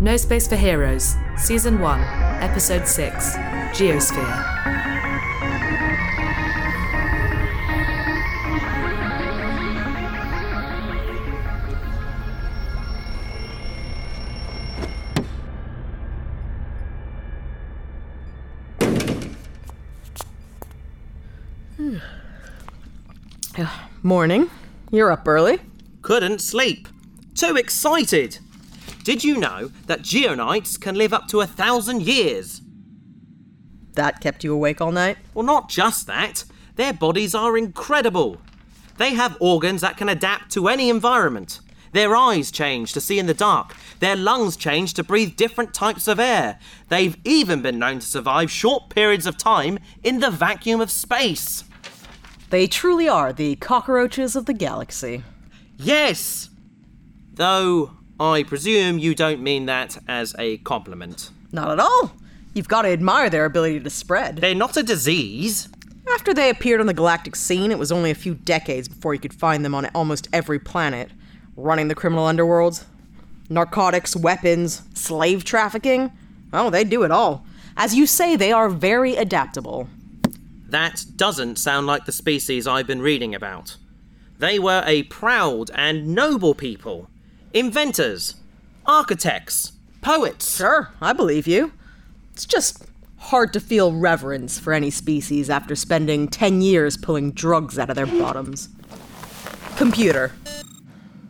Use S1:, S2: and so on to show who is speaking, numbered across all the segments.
S1: No Space for Heroes, Season 1, Episode 6 Geosphere.
S2: Morning. You're up early.
S3: Couldn't sleep. Too excited. Did you know that geonites can live up to a thousand years?
S2: That kept you awake all night?
S3: Well, not just that. Their bodies are incredible. They have organs that can adapt to any environment. Their eyes change to see in the dark. Their lungs change to breathe different types of air. They've even been known to survive short periods of time in the vacuum of space.
S2: They truly are the cockroaches of the galaxy.
S3: Yes! Though, I presume you don't mean that as a compliment.
S2: Not at all. You've got to admire their ability to spread.
S3: They're not a disease.
S2: After they appeared on the galactic scene, it was only a few decades before you could find them on almost every planet, running the criminal underworlds. Narcotics, weapons, slave trafficking. Oh, they do it all. As you say, they are very adaptable.
S3: That doesn't sound like the species I've been reading about. They were a proud and noble people, inventors, architects, poets.
S2: Sure, I believe you. It's just hard to feel reverence for any species after spending 10 years pulling drugs out of their bottoms. Computer.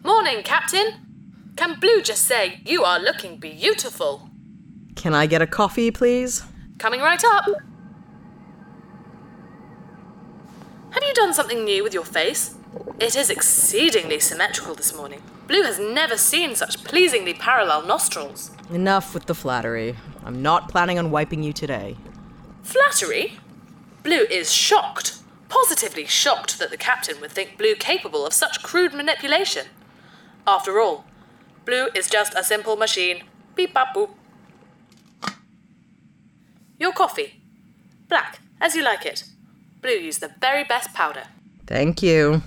S4: Morning, Captain. Can Blue just say you are looking beautiful?
S2: Can I get a coffee, please?
S4: Coming right up. Have you done something new with your face? It is exceedingly symmetrical this morning. Blue has never seen such pleasingly parallel nostrils.
S2: Enough with the flattery. I'm not planning on wiping you today.
S4: Flattery? Blue is shocked, positively shocked that the captain would think Blue capable of such crude manipulation. After all, Blue is just a simple machine. Beep bop boop. Your coffee. Black, as you like it. Blue used the very best powder.
S2: Thank you.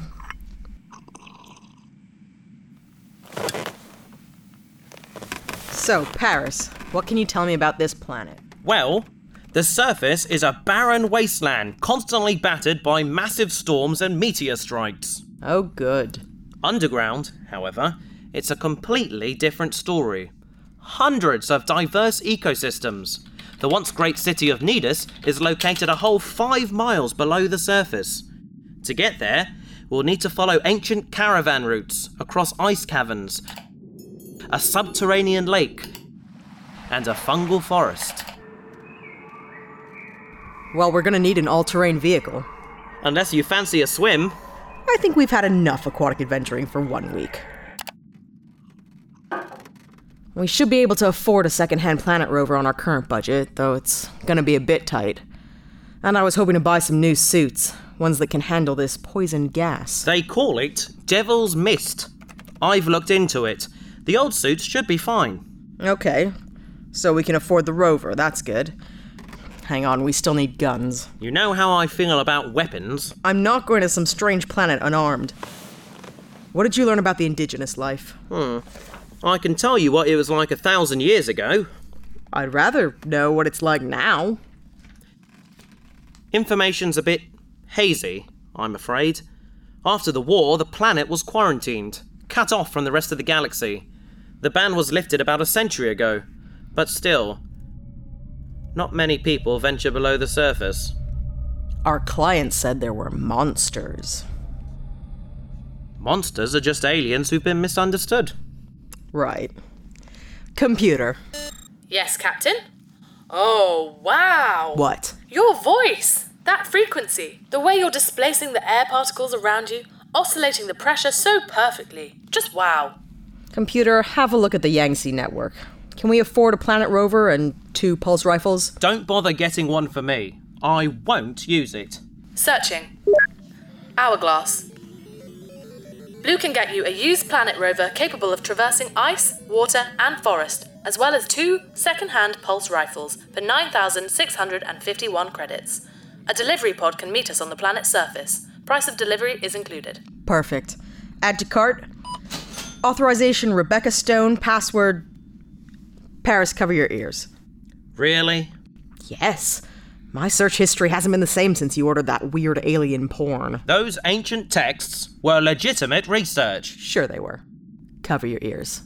S2: So, Paris, what can you tell me about this planet?
S3: Well, the surface is a barren wasteland constantly battered by massive storms and meteor strikes.
S2: Oh, good.
S3: Underground, however, it's a completely different story. Hundreds of diverse ecosystems. The once great city of Nidus is located a whole five miles below the surface. To get there, we'll need to follow ancient caravan routes across ice caverns, a subterranean lake, and a fungal forest.
S2: Well, we're gonna need an all terrain vehicle.
S3: Unless you fancy a swim,
S2: I think we've had enough aquatic adventuring for one week. We should be able to afford a second-hand planet rover on our current budget, though it's gonna be a bit tight. And I was hoping to buy some new suits, ones that can handle this poison gas.
S3: They call it Devil's Mist. I've looked into it. The old suits should be fine.
S2: Okay, so we can afford the rover, that's good. Hang on, we still need guns.
S3: You know how I feel about weapons.
S2: I'm not going to some strange planet unarmed. What did you learn about the indigenous life?
S3: I can tell you what it was like a thousand years ago.
S2: I'd rather know what it's like now.
S3: Information's a bit hazy, I'm afraid. After the war, the planet was quarantined, cut off from the rest of the galaxy. The ban was lifted about a century ago, but still, not many people venture below the surface.
S2: Our client said there were monsters.
S3: Monsters are just aliens who've been misunderstood.
S2: Right. Computer.
S4: Yes, Captain? Oh, wow!
S2: What?
S4: Your voice! That frequency! The way you're displacing the air particles around you, oscillating the pressure so perfectly. Just wow.
S2: Computer, have a look at the Yangtze network. Can we afford a planet rover and two pulse rifles?
S3: Don't bother getting one for me. I won't use it.
S4: Searching. Hourglass. Blue can get you a used planet rover capable of traversing ice, water, and forest, as well as two second hand pulse rifles for 9,651 credits. A delivery pod can meet us on the planet's surface. Price of delivery is included.
S2: Perfect. Add to cart. Authorization Rebecca Stone, password Paris, cover your ears.
S3: Really?
S2: Yes. My search history hasn't been the same since you ordered that weird alien porn.
S3: Those ancient texts were legitimate research.
S2: Sure they were. Cover your ears.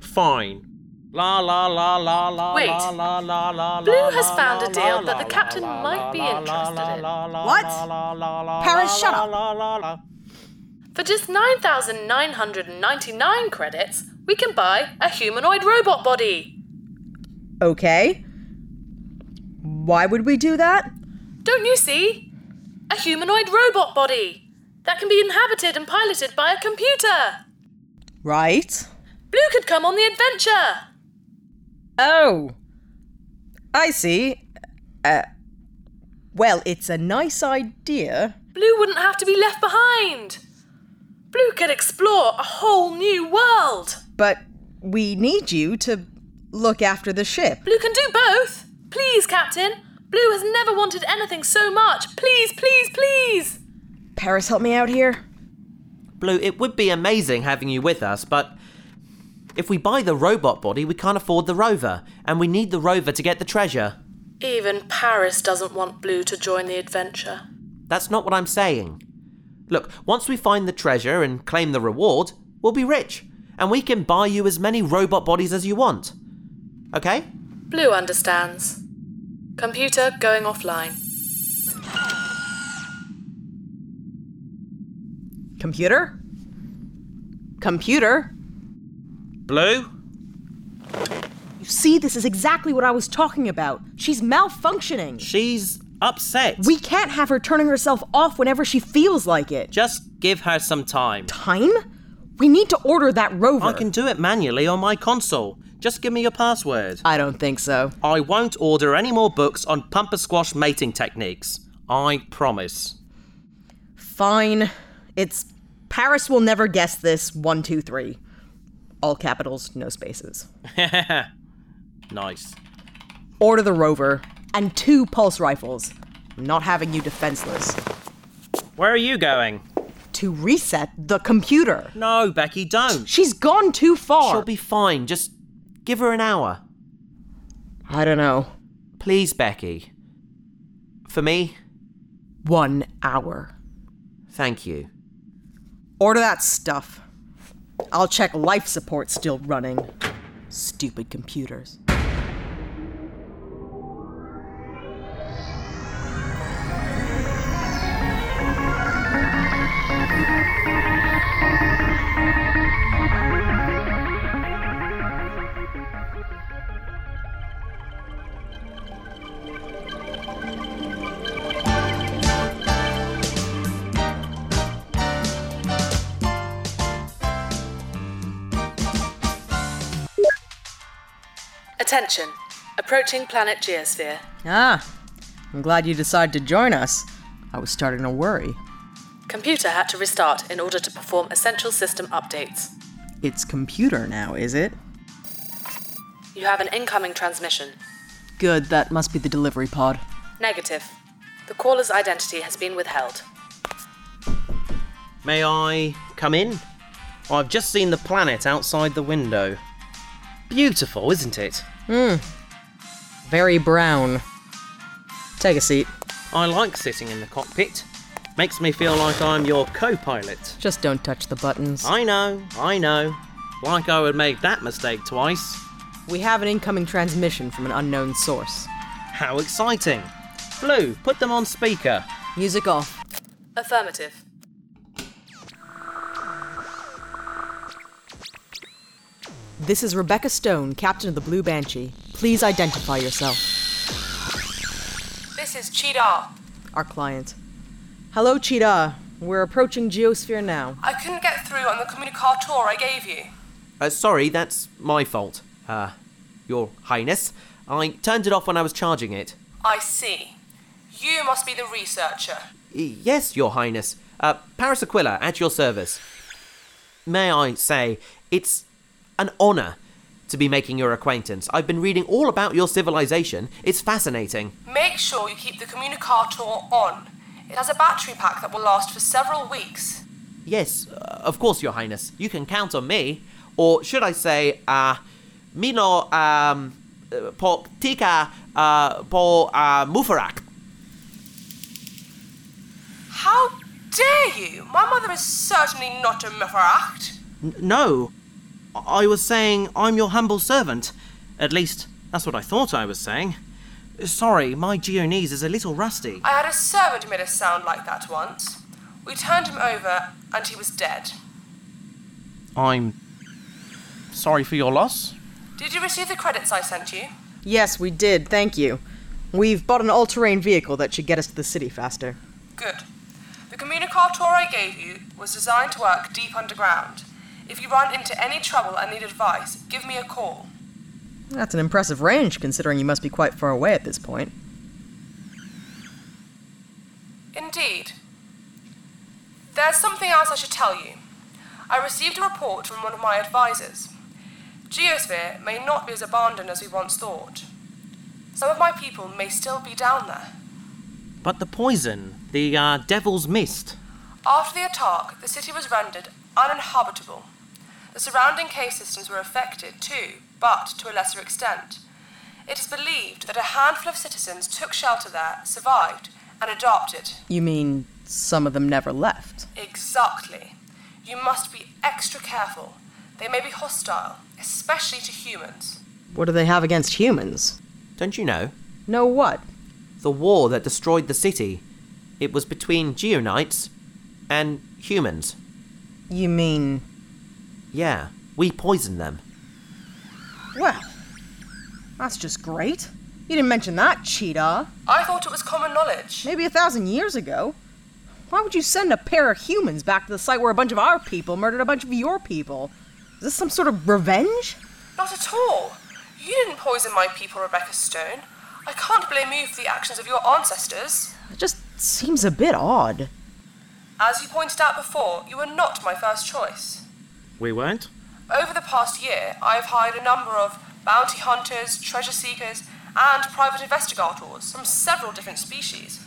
S3: Fine. La la la la la
S4: Wait.
S3: la la la la
S4: Blue
S3: la,
S4: has
S3: la,
S4: found a
S3: la,
S4: deal
S3: la,
S4: that the
S3: la,
S4: captain
S3: la,
S4: might be
S3: la,
S4: interested
S3: la,
S4: in.
S3: la, la,
S2: What?
S3: la, la, la,
S2: Paris,
S3: la,
S2: shut
S3: la,
S2: up.
S3: la, la, la.
S4: For just 9,999 credits, we can buy a humanoid robot body.
S2: Okay. Why would we do that?
S4: Don't you see? A humanoid robot body that can be inhabited and piloted by a computer.
S2: Right.
S4: Blue could come on the adventure.
S2: Oh. I see. Uh, well, it's a nice idea.
S4: Blue wouldn't have to be left behind. Blue could explore a whole new world.
S2: but we need you to look after the ship.
S4: Blue can do both. Please, Captain. Blue has never wanted anything so much. Please, please, please.
S2: Paris, help me out here.
S3: Blue, it would be amazing having you with us, but if we buy the robot body, we can't afford the rover, and we need the rover to get the treasure.
S4: Even Paris doesn't want Blue to join the adventure.
S3: That's not what I'm saying. Look, once we find the treasure and claim the reward, we'll be rich, and we can buy you as many robot bodies as you want. Okay?
S4: Blue understands. Computer going offline.
S2: Computer? Computer?
S3: Blue?
S2: You see, this is exactly what I was talking about. She's malfunctioning.
S3: She's upset.
S2: We can't have her turning herself off whenever she feels like it.
S3: Just give her some time.
S2: Time? We need to order that rover.
S3: I can do it manually on my console. Just give me your password.
S2: I don't think so.
S3: I won't order any more books on pumper squash mating techniques. I promise.
S2: Fine. It's Paris will never guess this. One, two, three. All capitals, no spaces.
S3: Nice.
S2: order the rover, and two pulse rifles. I'm not having you defenseless.
S3: Where are you going?
S2: To reset the computer.
S3: No, Becky, don't.
S2: She's gone too far.
S3: She'll be fine. Just give her an hour.
S2: I don't know.
S3: Please, Becky. For me,
S2: One hour.
S3: thank you.
S2: Order that stuff. I'll check life support still running. Stupid computers.
S4: Attention. Approaching planet Geosphere.
S2: Ah, I'm glad you decided to join us. I was starting to worry.
S4: Computer had to restart in order to perform essential system updates.
S2: It's computer now, is it?
S4: You have an incoming transmission.
S2: Good, that must be the delivery pod.
S4: Negative. The caller's identity has been withheld.
S3: May I come in? I've just seen the planet outside the window. Beautiful, isn't it?
S2: Very brown. Take a seat.
S3: I like sitting in the cockpit. Makes me feel like I'm your co pilot.
S2: Just don't touch the buttons.
S3: I know, I know. Like I would make that mistake twice.
S2: We have an incoming transmission from an unknown source.
S3: How exciting! Blue, put them on speaker.
S2: Music off.
S4: Affirmative.
S2: This is Rebecca Stone, captain of the Blue Banshee. Please identify yourself.
S4: This is Cheetah.
S2: Our client. Hello, Cheetah. We're approaching Geosphere now.
S4: I couldn't get through on the communicator I gave you.
S3: Uh, sorry, that's my fault. Uh, Your Highness. I turned it off when I was charging it.
S4: I see. You must be the researcher.
S3: Y- yes, Your Highness. Uh, Paris Aquila, at your service. May I say, it's an honour to be making your acquaintance. I've been reading all about your civilization, it's fascinating.
S5: Make sure you keep the communicator on. It has a battery pack that will last for several weeks.
S3: Yes, uh, of course, Your Highness. You can count on me. Or should I say, uh, Mino um, uh, por tika uh, por uh, mufarak.
S5: How dare you? My mother is certainly not a Mefaracht.
S3: N- no, I-, I was saying I'm your humble servant. At least, that's what I thought I was saying. Sorry, my Geonese is a little rusty.
S5: I had a servant who made a sound like that once. We turned him over and he was dead.
S3: I'm sorry for your loss.
S5: Did you receive the credits I sent you?
S2: Yes, we did, thank you. We've bought an all terrain vehicle that should get us to the city faster.
S5: Good. The communicator I gave you was designed to work deep underground. If you run into any trouble and need advice, give me a call.
S2: That's an impressive range, considering you must be quite far away at this point.
S5: Indeed. There's something else I should tell you. I received a report from one of my advisors. Geosphere may not be as abandoned as we once thought. Some of my people may still be down there.
S3: But the poison, the uh, devil's mist.
S5: After the attack, the city was rendered uninhabitable. The surrounding cave systems were affected too, but to a lesser extent. It is believed that a handful of citizens took shelter there, survived, and adopted.
S2: You mean some of them never left?
S5: Exactly. You must be extra careful. They may be hostile, especially to humans.
S2: What do they have against humans?
S3: Don't you know?
S2: Know what?
S3: The war that destroyed the city. It was between Geonites and humans.
S2: You mean.
S3: Yeah, we poisoned them.
S2: Well, that's just great. You didn't mention that, Cheetah.
S5: I thought it was common knowledge.
S2: Maybe a thousand years ago. Why would you send a pair of humans back to the site where a bunch of our people murdered a bunch of your people? Is this some sort of revenge?
S5: Not at all. You didn't poison my people, Rebecca Stone. I can't blame you for the actions of your ancestors.
S2: It just seems a bit odd.
S5: As you pointed out before, you were not my first choice.
S3: We weren't?
S5: Over the past year, I have hired a number of bounty hunters, treasure seekers, and private investigators from several different species.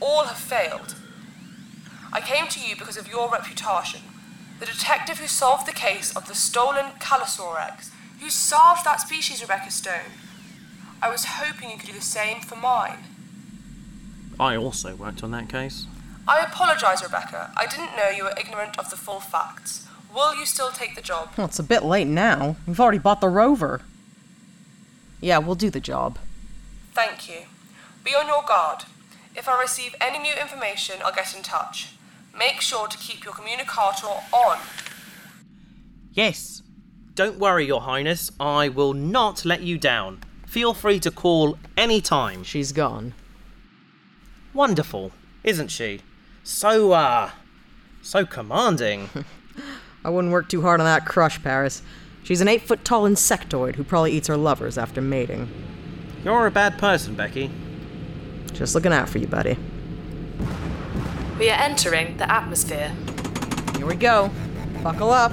S5: All have failed. I came to you because of your reputation. The detective who solved the case of the stolen Calosaur eggs. You solved that species, Rebecca Stone. I was hoping you could do the same for mine.
S3: I also worked on that case.
S5: I apologize, Rebecca. I didn't know you were ignorant of the full facts. Will you still take the job?
S2: Well, it's a bit late now. We've already bought the rover. Yeah, we'll do the job.
S5: Thank you. Be on your guard. If I receive any new information, I'll get in touch. Make sure to keep your communicator on.
S3: Yes. Don't worry, Your Highness. I will not let you down. Feel free to call any time.
S2: She's gone.
S3: Wonderful, isn't she? So, uh, so commanding.
S2: I wouldn't work too hard on that crush, Paris. She's an eight foot tall insectoid who probably eats her lovers after mating.
S3: You're a bad person, Becky.
S2: Just looking out for you, buddy.
S4: We are entering the atmosphere.
S2: Here we go. Buckle up.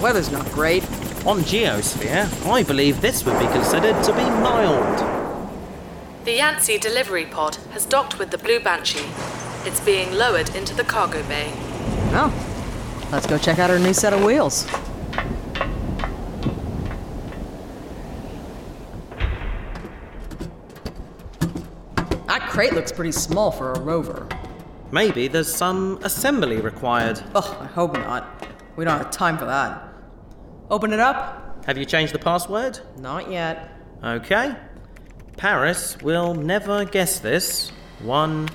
S2: Weather's not great.
S3: On Geosphere, I believe this would be considered to be mild.
S4: The Yancey delivery pod has docked with the Blue Banshee. It's being lowered into the cargo bay.
S2: Oh, let's go check out her new set of wheels. That crate looks pretty small for a rover.
S3: Maybe there's some assembly required.
S2: Oh, I hope not. We don't have time for that. Open it up?
S3: Have you changed the password?
S2: Not yet.
S3: Okay. Paris will never guess this. One,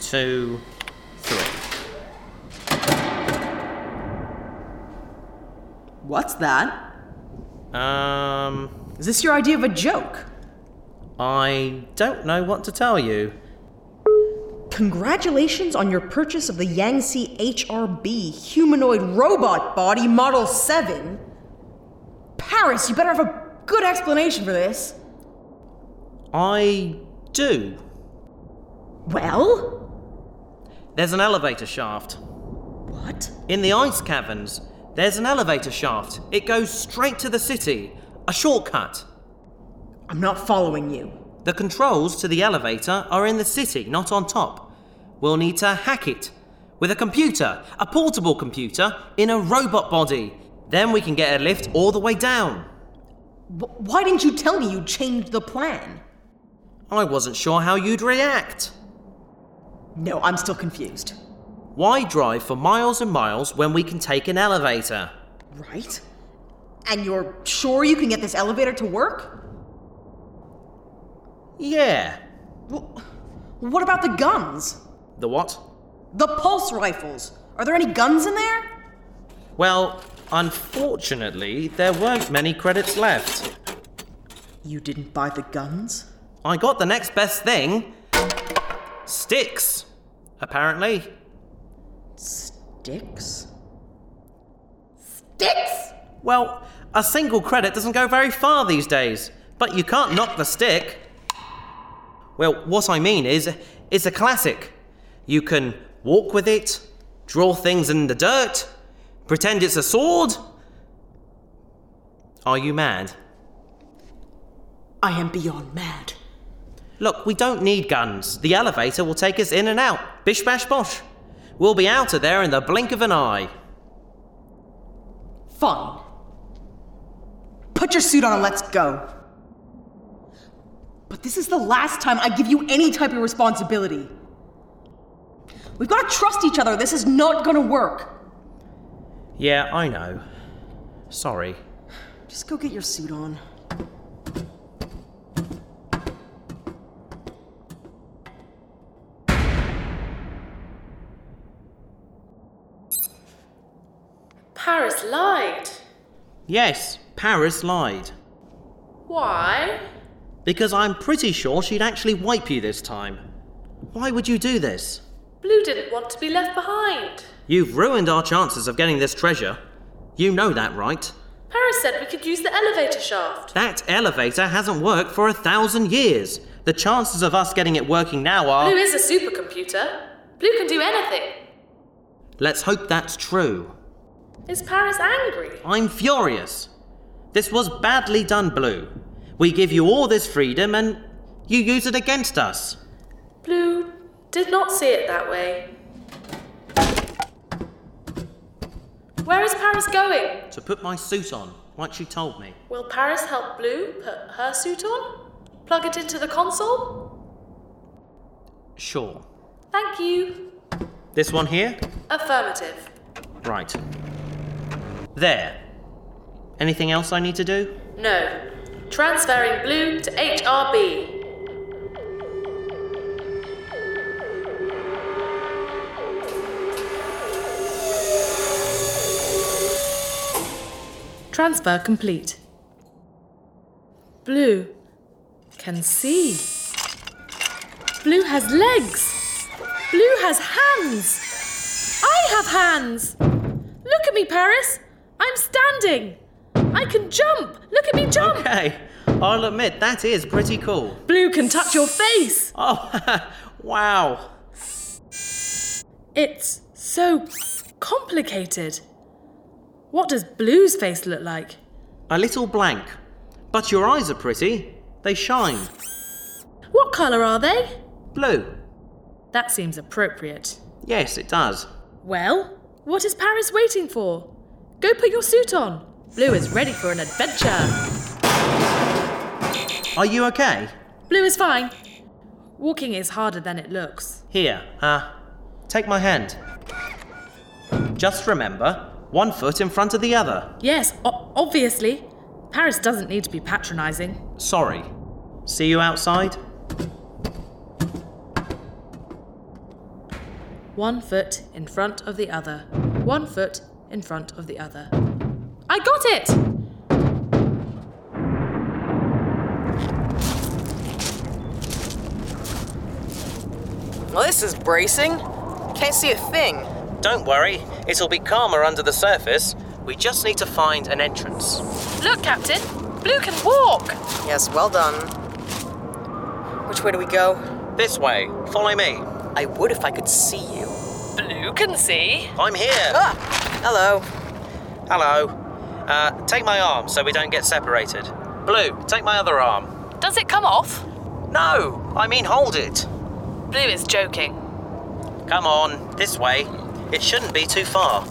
S3: two, three.
S2: What's that?
S3: Um,
S2: Is this your idea of a joke?
S3: Um, I don't know what to tell you.
S2: Congratulations on your purchase of the Yangtze HRB humanoid robot body model 7. Paris, you better have a good explanation for this.
S3: I do.
S2: Well?
S3: There's an elevator shaft.
S2: What?
S3: In the ice caverns, there's an elevator shaft. It goes straight to the city. A shortcut.
S2: I'm not following you.
S3: The controls to the elevator are in the city, not on top. We'll need to hack it with a computer, a portable computer, in a robot body. Then we can get a lift all the way down.
S2: Wh- why didn't you tell me you changed the plan?
S3: I wasn't sure how you'd react.
S2: No, I'm still confused.
S3: Why drive for miles and miles when we can take an elevator?
S2: Right? And you're sure you can get this elevator to work?
S3: Yeah.
S2: Wh- What about the guns?
S3: The what?
S2: The pulse rifles? Are there any guns in there?
S3: Well, unfortunately, there weren't many credits left.
S2: You didn't buy the guns?
S3: I got the next best thing sticks, apparently.
S2: Sticks? Sticks?
S3: Well, a single credit doesn't go very far these days, but you can't knock the stick. Well, what I mean is, it's a classic. You can walk with it, draw things in the dirt, pretend it's a sword. Are you mad?
S2: I am beyond mad.
S3: Look, we don't need guns. The elevator will take us in and out. Bish bash bosh. We'll be out of there in the blink of an eye.
S2: Fine. Put your suit on and let's go. But this is the last time I give you any type of responsibility. We've got to trust each other. This is not going to work.
S3: Yeah, I know. Sorry.
S2: Just go get your suit on.
S4: Paris lied.
S3: Yes, Paris lied.
S4: Why?
S3: Because I'm pretty sure she'd actually wipe you this time. Why would you do this?
S4: Blue didn't want to be left behind.
S3: You've ruined our chances of getting this treasure. You know that, right?
S4: Paris said we could use the elevator shaft.
S3: That elevator hasn't worked for a thousand years. The chances of us getting it working now
S4: Blue
S3: are.
S4: is a supercomputer. Blue can do anything.
S3: Let's hope that's true.
S4: Is Paris angry?
S3: I'm furious. This was badly done, Blue. We give you all this freedom and you use it against us.
S4: Blue did not see it that way. Where is Paris going?
S3: To put my suit on, like she told me.
S4: Will Paris help Blue put her suit on? Plug it into the console?
S3: Sure.
S4: Thank you.
S3: This one here?
S4: Affirmative.
S3: Right. There. Anything else I need to do?
S4: No. Transferring Blue to HRB. Transfer complete. Blue can see. Blue has legs. Blue has hands. I have hands. Look at me, Paris. I'm standing. I can jump. Look at me jump.
S3: Okay, I'll admit that is pretty cool.
S4: Blue can touch your face.
S3: Oh, wow.
S4: It's so complicated. What does Blue's face look like?
S3: A little blank. But your eyes are pretty. They shine.
S4: What colour are they?
S3: Blue.
S4: That seems appropriate.
S3: Yes, it does.
S4: Well, what is Paris waiting for? Go put your suit on. Blue is ready for an adventure.
S3: Are you okay?
S4: Blue is fine. Walking is harder than it looks.
S3: Here, uh, take my hand. Just remember, one foot in front of the other.
S4: Yes, o- obviously. Paris doesn't need to be patronising.
S3: Sorry. See you outside?
S4: One foot in front of the other. One foot in front of the other. I got it!
S6: Well, this is bracing. Can't see a thing.
S3: Don't worry, it'll be calmer under the surface. We just need to find an entrance.
S4: Look, Captain! Blue can walk!
S6: Yes, well done. Which way do we go?
S3: This way, follow me.
S6: I would if I could see you.
S4: Blue can see?
S3: I'm here.
S6: Ah! Hello.
S3: Hello. Uh, take my arm so we don't get separated. Blue, take my other arm.
S4: Does it come off?
S3: No, I mean hold it.
S4: Blue is joking.
S3: Come on, this way. It shouldn't be too far.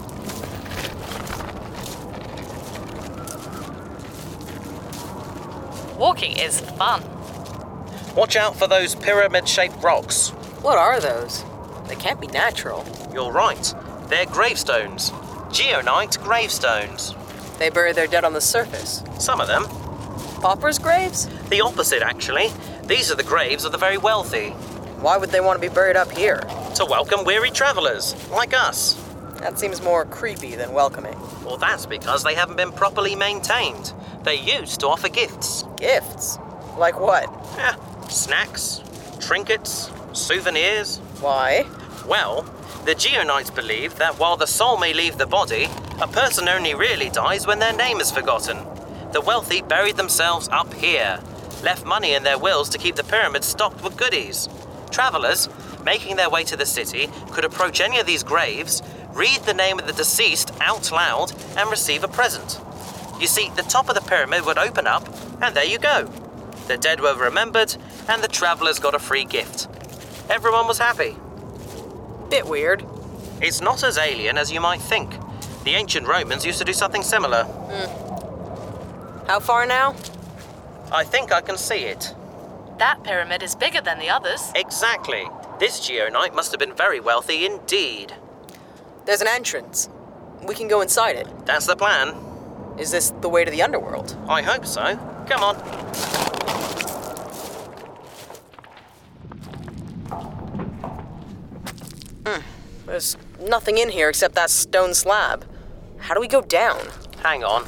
S4: Walking is fun.
S3: Watch out for those pyramid shaped rocks.
S2: What are those? They can't be natural.
S3: You're right, they're gravestones. Geonite gravestones.
S2: They bury their dead on the surface.
S3: Some of them.
S2: Paupers' graves?
S3: The opposite, actually. These are the graves of the very wealthy.
S2: Why would they want to be buried up here?
S3: To welcome weary travellers, like us.
S2: That seems more creepy than welcoming.
S3: Well, that's because they haven't been properly maintained. They used to offer gifts.
S2: Gifts? Like what?
S3: Eh, snacks, trinkets, souvenirs.
S2: Why?
S3: Well, the Geonites believe that while the soul may leave the body, a person only really dies when their name is forgotten. The wealthy buried themselves up here, left money in their wills to keep the pyramids stocked with goodies. Travelers, making their way to the city, could approach any of these graves, read the name of the deceased out loud, and receive a present. You see, the top of the pyramid would open up, and there you go. The dead were remembered, and the travelers got a free gift. Everyone was happy.
S2: Bit weird.
S3: It's not as alien as you might think. The ancient Romans used to do something similar.
S2: Hmm. How far now?
S3: I think I can see it.
S4: That pyramid is bigger than the others.
S3: Exactly. This Geonite must have been very wealthy indeed.
S2: There's an entrance. We can go inside it.
S3: That's the plan.
S2: Is this the way to the underworld?
S3: I hope so. Come on.
S2: There's nothing in here except that stone slab. How do we go down?
S3: Hang on.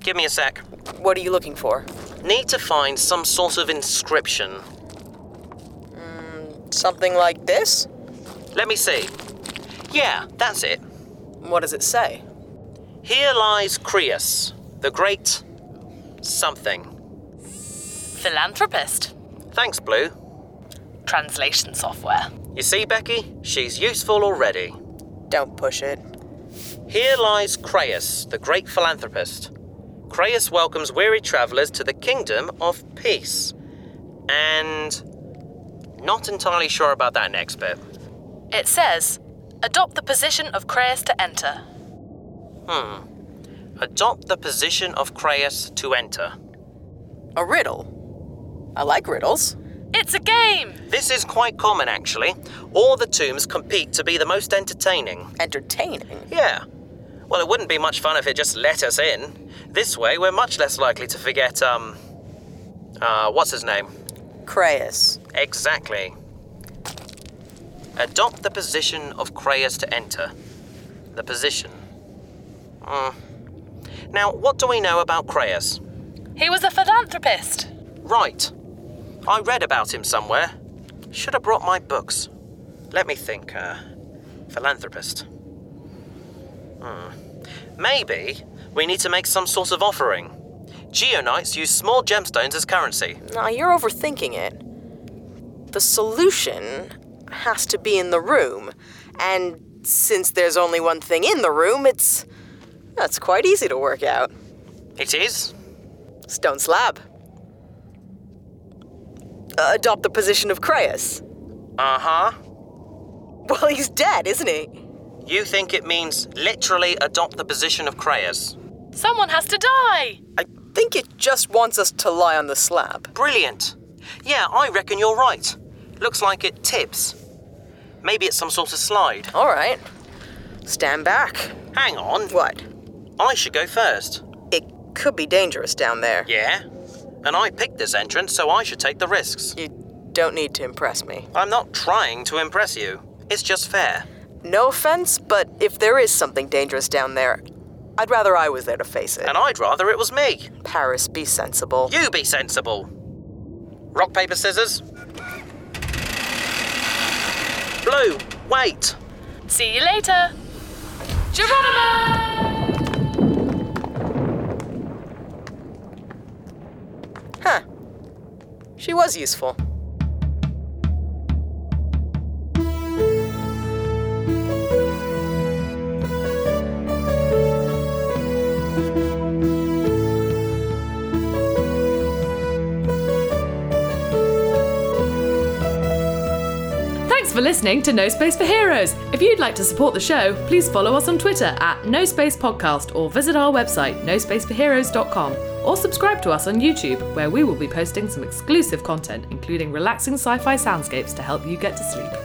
S3: Give me a sec.
S2: What are you looking for?
S3: Need to find some sort of inscription.
S2: Something like this?
S3: Let me see. Yeah, that's it.
S2: What does it say?
S3: Here lies Creus, the great something.
S4: Philanthropist.
S3: Thanks, Blue.
S4: Translation software.
S3: You see, Becky, she's useful already.
S2: Don't push it.
S3: Here lies Creus, the great philanthropist. Creus welcomes weary travellers to the kingdom of peace. And. Not entirely sure about that next bit.
S4: It says, adopt the position of Kreis to enter.
S3: Adopt the position of Creus to enter.
S2: A riddle. I like riddles.
S4: It's a game!
S3: This is quite common, actually. All the tombs compete to be the most entertaining.
S2: Entertaining.
S3: Yeah. Well, it wouldn't be much fun if it just let us in. This way, we're much less likely to forget, um. Uh, what's his name?
S2: Creus.
S3: Exactly. Adopt the position of Creus to enter. The position. Hmm. Now, what do we know about Creus?
S4: He was a philanthropist.
S3: Right. I read about him somewhere. Should have brought my books. Let me think. Uh, philanthropist. Hmm. Maybe we need to make some sort of offering. Geonites use small gemstones as currency.
S2: Nah, you're overthinking it. The solution has to be in the room. And since there's only one thing in the room, it's. That's quite easy to work out.
S3: It is?
S2: Stone slab. Uh, adopt the position of Creus.
S3: Uh huh.
S2: Well, he's dead, isn't he?
S3: You think it means literally adopt the position of Creus?
S4: Someone has to die!
S2: I think it just wants us to lie on the slab.
S3: Brilliant. Yeah, I reckon you're right. Looks like it tips. Maybe it's some sort of slide.
S2: All right. Stand back.
S3: Hang on.
S2: What?
S3: I should go first.
S2: It could be dangerous down there.
S3: Yeah. And I picked this entrance, so I should take the risks.
S2: You don't need to impress me.
S3: I'm not trying to impress you. It's just fair.
S2: No offense, but if there is something dangerous down there, I'd rather I was there to face it.
S3: And I'd rather it was me.
S2: Paris, be sensible.
S3: You be sensible. Rock, paper, scissors. No, wait.
S4: See you later. Geronimo!
S7: Huh. She was useful.
S1: Thanks for listening to No Space for Heroes. If you'd like to support the show, please follow us on Twitter at No Space Podcast or visit our website, nospaceforheroes.com, or subscribe to us on YouTube, where we will be posting some exclusive content, including relaxing sci fi soundscapes to help you get to sleep.